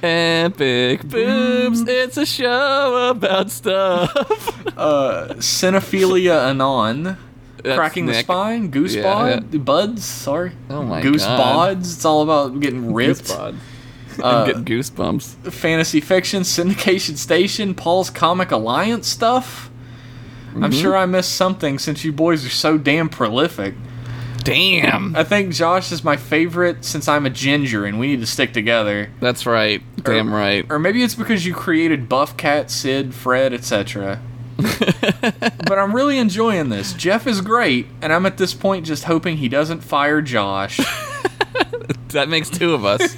B: Epic boobs. It's a show about stuff.
A: Uh, Cinephilia Anon,
B: That's
A: Cracking the
B: Nick.
A: Spine, Goose
B: Yeah,
A: bod, Buds, sorry.
B: Oh my
A: Goose
B: God.
A: Bods, it's all about getting ripped.
B: I'm getting goosebumps.
A: Fantasy Fiction, Syndication Station, Paul's Comic Alliance stuff. I'm
B: Mm-hmm.
A: sure I missed something since you boys are so damn prolific.
B: Damn.
A: I think Josh is my favorite since I'm a ginger and we need to stick together.
B: That's right. Damn right.
A: or maybe it's because you created Buff Cat, Sid, Fred, etc. but I'm really enjoying this. Jeff is great, and I'm at this point just hoping he doesn't fire Josh.
B: That makes two of us.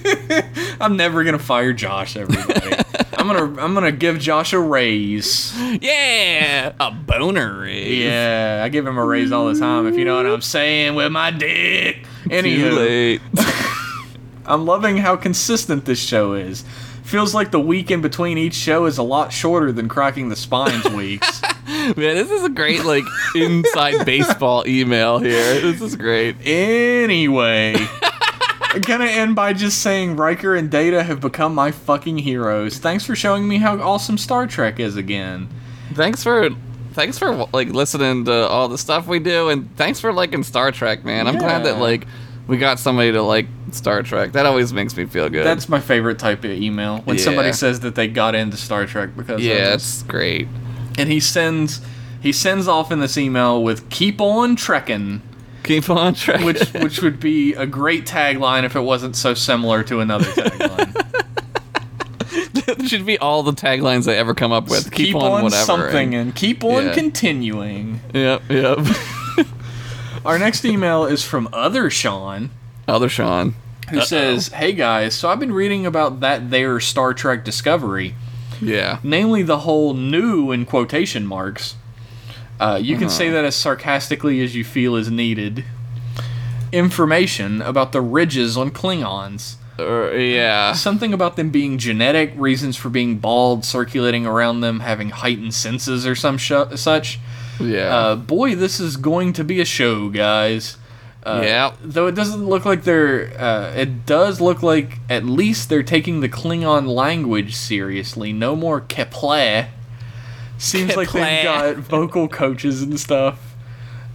A: I'm never gonna fire Josh, everybody. I'm gonna I'm gonna give Josh a raise.
B: yeah. A boner. Yeah.
A: Yeah, I give him a raise all the time if you know what I'm saying with my dick.
B: Too
A: Anywho,
B: late.
A: I'm loving how consistent this show is. Feels like the week in between each show is a lot shorter than cracking the spines weeks.
B: Man, this is a great like inside baseball email here. This is great.
A: Anyway, I'm gonna end by just saying Riker and Data have become my fucking heroes. Thanks for showing me how awesome Star Trek is again.
B: Thanks for thanks for like listening to all the stuff we do and thanks for liking Star Trek, man. I'm glad that
A: Yeah.
B: like we got somebody to like Star Trek. That always makes me feel good.
A: That's my favorite type of email when somebody
B: Yeah.
A: says that they got into Star Trek because
B: yeah,
A: of this.
B: it's great.
A: And he sends he sends off in this email with "Keep on trekking,"
B: Keep on track.
A: which which would be a great tagline if it wasn't so similar to another tagline.
B: should be all the taglines I ever come up with. Keep,
A: keep on,
B: whatever.
A: something
B: and-
A: and keep on
B: Yeah.
A: continuing.
B: Yep, yep.
A: Our next email is from other Sean.
B: Other Sean.
A: who says, "Hey guys, so I've been reading about that there Star Trek Discovery,
B: Yeah.
A: namely the whole new in quotation marks. Uh, you
B: Uh-huh.
A: can say that as sarcastically as you feel is needed. Information about the ridges on Klingons."
B: Or, yeah.
A: Something about them being genetic, reasons for being bald, circulating around them, having heightened senses or some sh- such.
B: Yeah.
A: Uh, boy, this is going to be a show, guys. Uh,
B: Yeah.
A: Though it doesn't look like they're. Uh, it does look like at least they're taking the Klingon language seriously. No more Kepleh. Seems like
B: Kepleh.
A: they've got vocal coaches and stuff.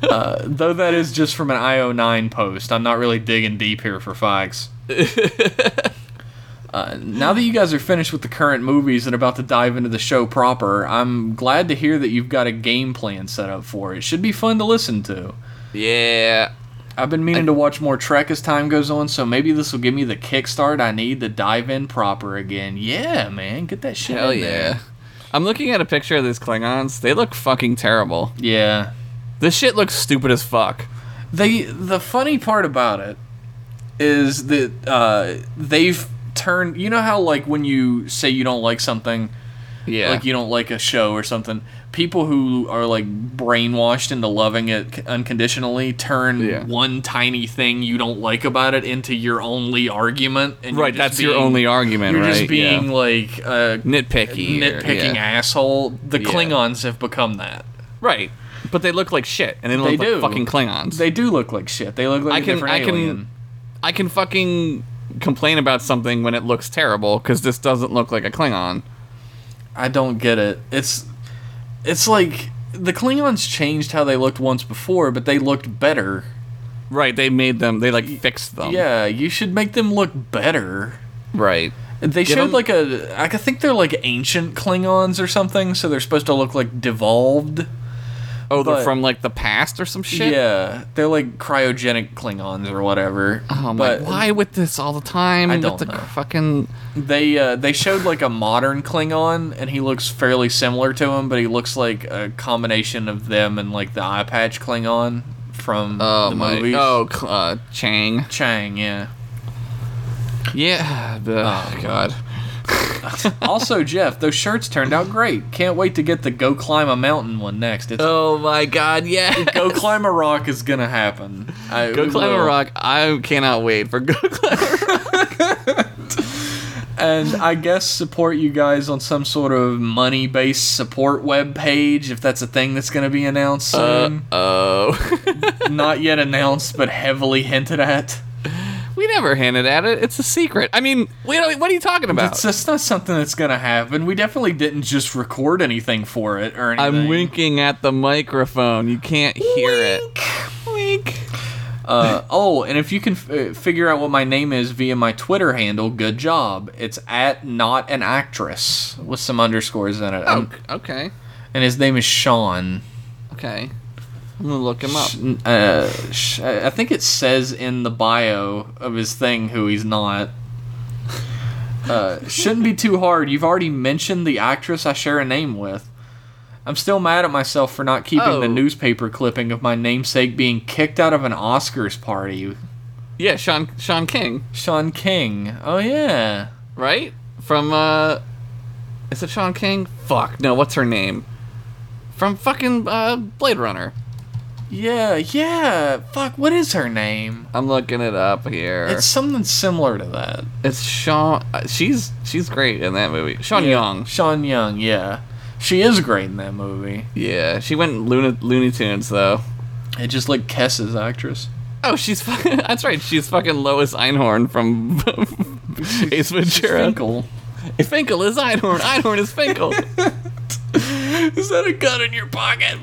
A: Uh, though that is just from an IO9 post. I'm not really digging deep here for fags. Uh, now that you guys are finished with the current movies and about to dive into the show proper, I'm glad to hear that you've got a game plan set up for it. It should be fun to listen to.
B: yeah.
A: I've been meaning to watch more Trek as time goes on, so maybe this will give me the kickstart I need to dive in proper again. Yeah, man, get that shit.
B: Hell
A: in there.
B: yeah. I'm looking at a picture of these Klingons. They look fucking terrible.
A: Yeah.
B: This shit looks stupid as fuck.
A: They the funny part about it is that uh, they've turned. You know how like when you say you don't like something,
B: Yeah.
A: like you don't like a show or something. People who are like brainwashed into loving it unconditionally turn
B: Yeah.
A: one tiny thing you don't like about it into your only argument. And you're
B: right,
A: just
B: that's your
A: being-
B: only argument,
A: You're
B: right?
A: just being
B: yeah.
A: like a
B: nitpicky. or-
A: nitpicking
B: yeah.
A: asshole. The
B: Yeah.
A: Klingons have become that.
B: Right. But they look like shit and they look
A: They
B: like
A: do.
B: fucking Klingons.
A: They do look like shit. They look like
B: I
A: a
B: can
A: different
B: I can
A: alien.
B: I can fucking complain about something when it looks terrible cuz this doesn't look like a Klingon.
A: I don't get it. It's it's like the Klingons changed how they looked once before, but they looked better.
B: Right, they made them they like fixed them.
A: yeah, you should make them look better.
B: Right.
A: They
B: Give
A: showed
B: 'em-
A: like a I could think they're like ancient Klingons or something, so they're supposed to look like devolved.
B: Oh, they're
A: But-
B: from like the past or some shit.
A: Yeah, they're like cryogenic Klingons or whatever.
B: Oh my!
A: but
B: Why with this all the time?
A: I
B: with
A: don't
B: the
A: know.
B: Fucking
A: they uh, they showed like a modern Klingon, and he looks fairly similar to him, but he looks like a combination of them and like the eye patch Klingon from
B: oh
A: the
B: my!
A: movies.
B: Oh, cl- uh, Chang.
A: Chang, yeah.
B: Yeah. oh God.
A: also, Jeff, those shirts turned out great. Can't wait to get the go climb a mountain one next. It's
B: Oh my God! Yeah.
A: go climb a rock is gonna happen. I,
B: Go
A: it
B: climb a
A: will.
B: rock. I cannot wait for go climb.
A: and I guess support you guys on some sort of money based support web page if that's a thing that's gonna be announced
B: Uh.
A: soon.
B: Oh.
A: Not yet announced, but heavily hinted at.
B: we never hinted at it. It's a secret. I mean, we don't, what are you talking about?
A: It's just not something that's gonna happen. We definitely didn't just record anything for it or anything.
B: I'm winking at the microphone. You can't hear it.
A: Wink. Uh, oh, and if you can f- uh, figure out what my name is via my Twitter handle, good job. It's at not an actress with some underscores in it.
B: Oh,
A: Um,
B: okay.
A: and his name is Sean.
B: Okay. I'm gonna look him up.
A: Uh, sh- I think it says in the bio of his thing who he's not. Uh, shouldn't be too hard. You've already mentioned the actress I share a name with. I'm still mad at myself for not keeping
B: Oh.
A: the newspaper clipping of my namesake being kicked out of an Oscars party.
B: Yeah, Sean Sean King,
A: Sean King. Oh yeah.
B: right? From uh, is it Sean King? Fuck no. What's her name? From fucking uh, Blade Runner.
A: Yeah, yeah. Fuck, what is her name?
B: I'm looking it up here.
A: It's
B: It's,
A: something similar to that.
B: Sean. uh, She's she's great in that movie. Sean
A: Yeah,
B: Young.
A: Sean Young, yeah. She is great in that movie.
B: Yeah, she went Looney, Looney Tunes though.
A: It just like Kess's actress.
B: Oh, she's fucking. That's right. She's fucking Lois Einhorn from Ace Ventura.
A: Finkel.
B: Finkel is Einhorn. Einhorn is Finkel.
A: Is that a gun in your pocket?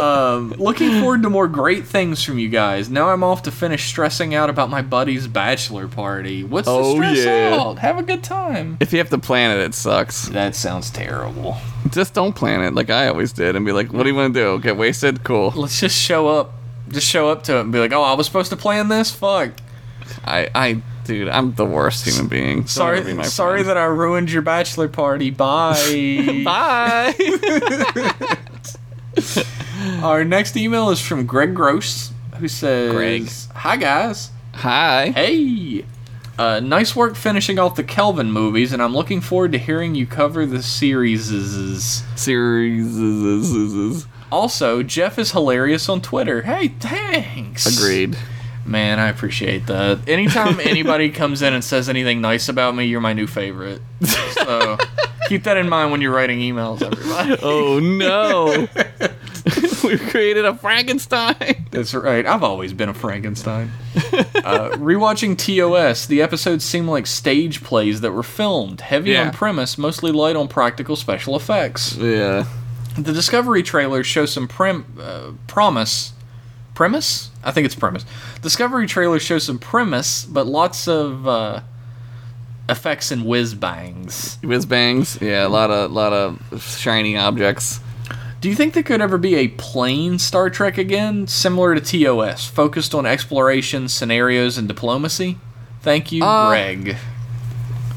A: um, looking forward to more great things from you guys. Now I'm off to finish stressing out about my buddy's bachelor party. What's
B: Oh,
A: the stress
B: yeah.
A: out? Have a good time.
B: if you have to plan it, it sucks.
A: That sounds terrible.
B: Just don't plan it like I always did, and be like, "What do you want to do? Get wasted? Cool."
A: Let's just show up. Just show up to it and be like, "Oh, I was supposed to plan this. Fuck.
B: I, I, dude, I'm the worst human being. Don't ever be my
A: Sorry, sorry
B: friend.
A: that I ruined your bachelor party. Bye.
B: Bye.
A: Our next email is from Greg Gross, who says,
B: Greg.
A: "Hi guys.
B: Hi.
A: Hey! Uh, nice work finishing off the Kelvin movies, and I'm looking forward to hearing you cover the series.
B: Series.
A: Also, Jeff is hilarious on Twitter. Hey, thanks.
B: Agreed.
A: Man, I appreciate that. Anytime anybody comes in and says anything nice about me, you're my new favorite. So keep that in mind when you're writing emails, everybody.
B: Oh no. We've created a Frankenstein.
A: That's right. I've always been a Frankenstein. uh, rewatching TOS, the episodes seem like stage plays that were filmed, heavy
B: Yeah.
A: on premise, mostly light on practical special effects.
B: Yeah.
A: The Discovery trailers show some prim- uh, promise. Premise? I think it's premise. Discovery trailers show some premise, but lots of uh, effects and whiz bangs.
B: Whiz bangs. Yeah, a lot of lot of shiny objects.
A: Do you think there could ever be a plain Star Trek again, similar to TOS, focused on exploration, scenarios, and diplomacy? Thank you,
B: Uh,
A: Greg.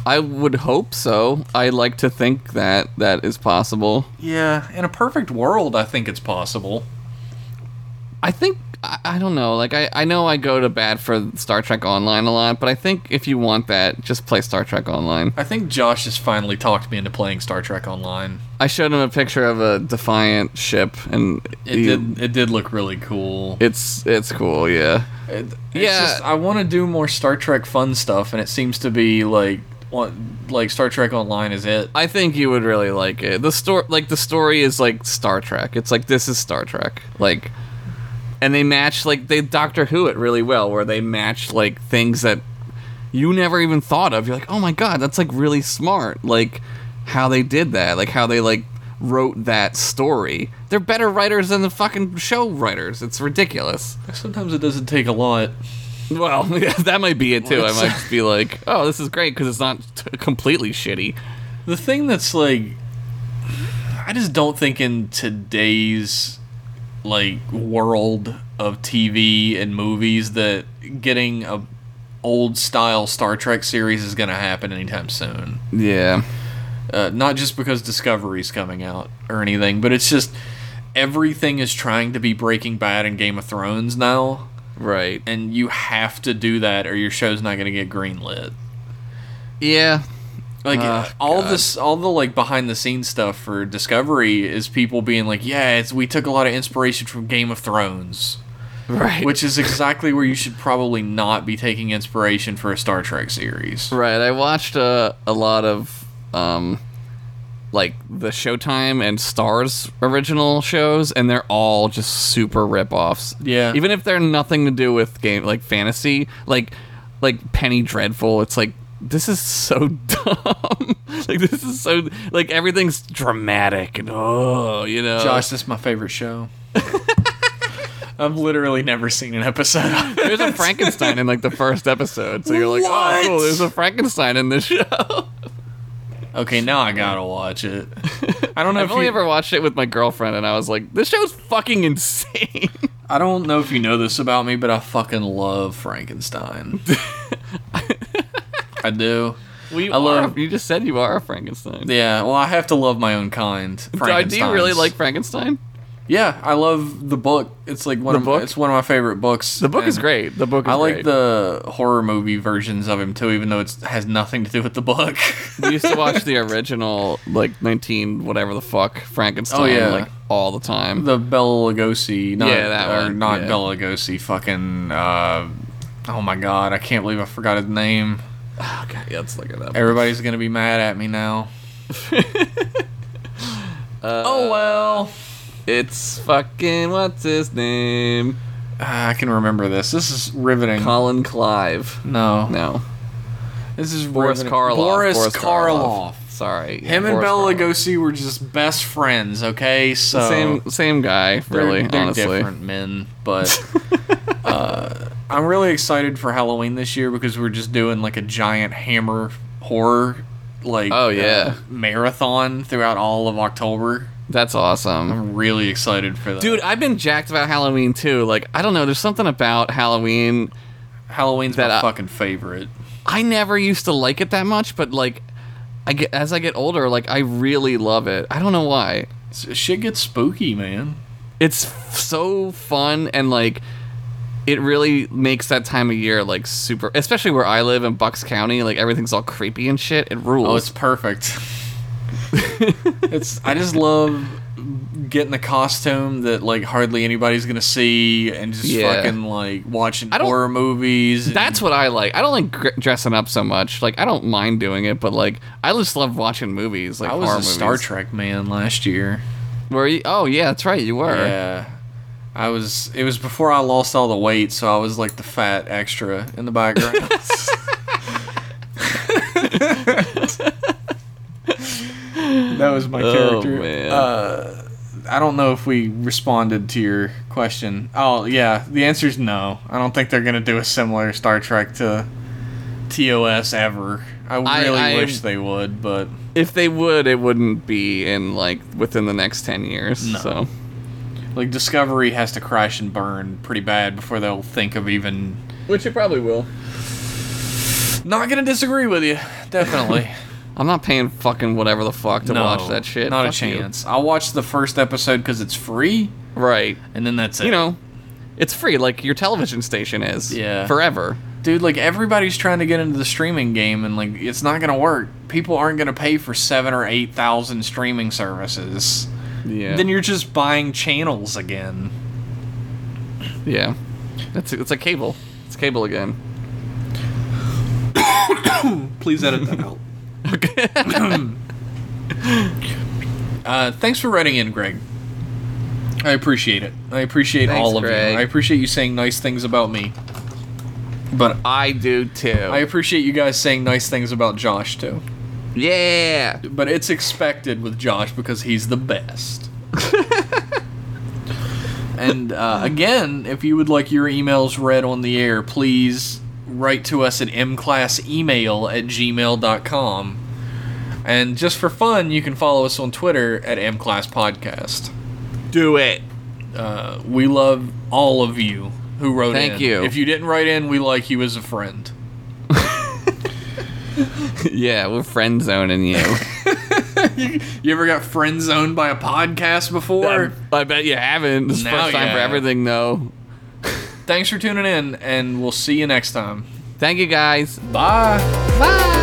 B: I would hope so. I like to think that that is possible.
A: Yeah, in a perfect world, I think it's possible.
B: I think I, I don't know. Like I, I know I go to bat for Star Trek Online a lot, but I think if you want that, just play Star Trek Online.
A: I think Josh has finally talked me into playing Star Trek Online.
B: I showed him a picture of a Defiant ship, and
A: It
B: he-
A: did. It did look really cool.
B: It's it's cool, yeah.
A: It- it's
B: Yeah.
A: just, I want to do more Star Trek fun stuff, and it seems to be like, what, like Star Trek Online is it?
B: I think you would really like it. The story, like the story, is like Star Trek. It's like this is Star Trek, like, and they match like they Doctor Who it really well, where they match like things that you never even thought of. You're like, oh my god, that's like really smart. Like how they did that, like how they like wrote that story. They're better writers than the fucking show writers. It's ridiculous.
A: Sometimes it doesn't take a lot.
B: Well, yeah, that might be it too. I
A: What's-
B: might just be like, oh, this is great because it's not t- completely shitty.
A: The thing that's like, I just don't think in today's like world of TV and movies that getting a old style Star Trek series is gonna happen anytime soon.
B: Yeah.
A: Uh, not just because Discovery's coming out or anything, but it's just everything is trying to be Breaking Bad and Game of Thrones now,
B: Right.
A: and you have to do that or your show's not gonna get greenlit.
B: Yeah.
A: Like
B: Ah,
A: all
B: God.
A: this, all the like behind the scenes stuff for Discovery is people being like, "Yeah, it's, we took a lot of inspiration from Game of Thrones,"
B: Right.
A: which is exactly where you should probably not be taking inspiration for a Star Trek series.
B: right. I watched uh, a lot of um like the Showtime and Stars original shows and they're all just super rip-offs.
A: Yeah.
B: Even if they're nothing to do with game like fantasy, like like Penny Dreadful, it's like this is so dumb. like this is so like everything's dramatic and oh, you know.
A: Josh, that's my favorite show. I've literally never seen an episode. of it.
B: there's a Frankenstein in like the first episode. So you're like, "Oh,
A: What?
B: cool, there's a Frankenstein in this show."
A: Okay, now I gotta watch it. I don't know
B: I've
A: if
B: only
A: you,
B: ever watched it with my girlfriend, and I was like, "This show's fucking insane."
A: I don't know if you know this about me, but I fucking love Frankenstein. I do.
B: We
A: I
B: are-
A: love-
B: You just said you are a Frankenstein.
A: Yeah, well, I have to love my own kind.
B: Do, do you really
A: Frankensteins.
B: like Frankenstein?
A: Yeah, I love the book. It's like one
B: The
A: of
B: book?
A: it's one of my favorite books.
B: The book is
A: and
B: great. The book is
A: I like
B: great.
A: the horror movie versions of him too, even though it has nothing to do with the book.
B: we used to watch the original, like nineteen whatever the fuck Frankenstein,
A: Oh, yeah.
B: like all the time.
A: the Bela Lugosi, not,
B: Yeah, that
A: or
B: one,
A: not
B: yeah.
A: Bela Lugosi. Fucking, uh, oh my god, I can't believe I forgot his name.
B: okay, yeah, let's look it up.
A: Everybody's gonna be mad at me now. oh well,
B: Uh, It's fucking what's his name?
A: Ah, I can remember this. This is riveting.
B: Colin Clive.
A: no,
B: No,
A: this is
B: Boris
A: riveting.
B: Karloff.
A: Boris, Karloff.
B: Sorry, yeah,
A: Him and
B: Boris
A: Bela
B: Karloff.
A: Lugosi were just best friends, okay? So
B: Same, same guy,
A: they're-
B: really.
A: they're
B: honestly,
A: different men, but uh, I'm really excited for Halloween this year because we're just doing like a giant hammer horror like
B: Oh, yeah.
A: uh, marathon throughout all of October.
B: that's awesome.
A: I'm really excited for that.
B: Dude, I've been jacked about Halloween too. Like, I don't know, there's something about Halloween.
A: Halloween's
B: that
A: my
B: I-
A: fucking favorite.
B: I never used to like it that much, but like I get as I get older, like I really love it. I don't know why.
A: S- Shit gets spooky, man.
B: It's f- so fun and like it really makes that time of year like super, especially where I live in Bucks County, like everything's all creepy and shit. It rules.
A: Oh, it's perfect. it's I just love getting a costume that like hardly anybody's gonna see, and just
B: Yeah.
A: fucking like watching
B: I don't-
A: horror movies. and-
B: That's what I like. I don't like gr- dressing up so much. Like I don't mind doing it, but like I just love watching movies, like
A: I was
B: horror
A: a Star
B: movies.
A: Trek man last year.
B: Were you? Oh yeah, that's right. You were.
A: Yeah, I was. It was before I lost all the weight, so I was like the fat extra in the background. that was my character.
B: man.
A: Uh, I don't know if we responded to your question. Oh yeah, the answer is no. I don't think they're gonna do a similar Star Trek to TOS ever. I
B: I-
A: really
B: I-
A: wish they would, but
B: if they would, it wouldn't be in like within the next ten years.
A: No.
B: So
A: like Discovery has to crash and burn pretty bad before they'll think of even
B: Which it probably will.
A: Not gonna disagree with you. Definitely.
B: I'm not paying fucking whatever the fuck to
A: no,
B: watch that shit.
A: Not a
B: Fuck you.
A: chance. I'll watch the first episode because it's free,
B: Right.
A: and then that's it.
B: You know, it's free like your television station is.
A: Yeah.
B: Forever.
A: dude, like everybody's trying to get into the streaming game, and like it's not gonna work. People aren't gonna pay for seven or eight thousand streaming services.
B: Yeah.
A: Then you're just buying channels again.
B: yeah. That's it's a cable. It's cable again.
A: Please edit that out. uh, thanks for writing in, Greg. I appreciate it. I appreciate
B: Thanks,
A: all of
B: Greg.
A: you. I appreciate you saying nice things about me. But
B: I do too.
A: I appreciate you guys saying nice things about Josh too.
B: yeah.
A: But it's expected with Josh because he's the best. and uh, again, if you would like your emails read on the air, please write to us at mclassemail at gmail.com. And just for fun, you can follow us on Twitter at mclasspodcast.
B: Do it.
A: Uh, we love all of you who wrote in.
B: Thank you.
A: If you didn't write in, we like you as a friend.
B: yeah, we're friend zoning you.
A: You ever got friend zoned by a podcast before?
B: I bet you haven't. This is the
A: Now
B: first time for
A: yeah.
B: everything though.
A: Thanks for tuning in, and we'll see you next time.
B: Thank you guys.
A: Bye.
B: Bye.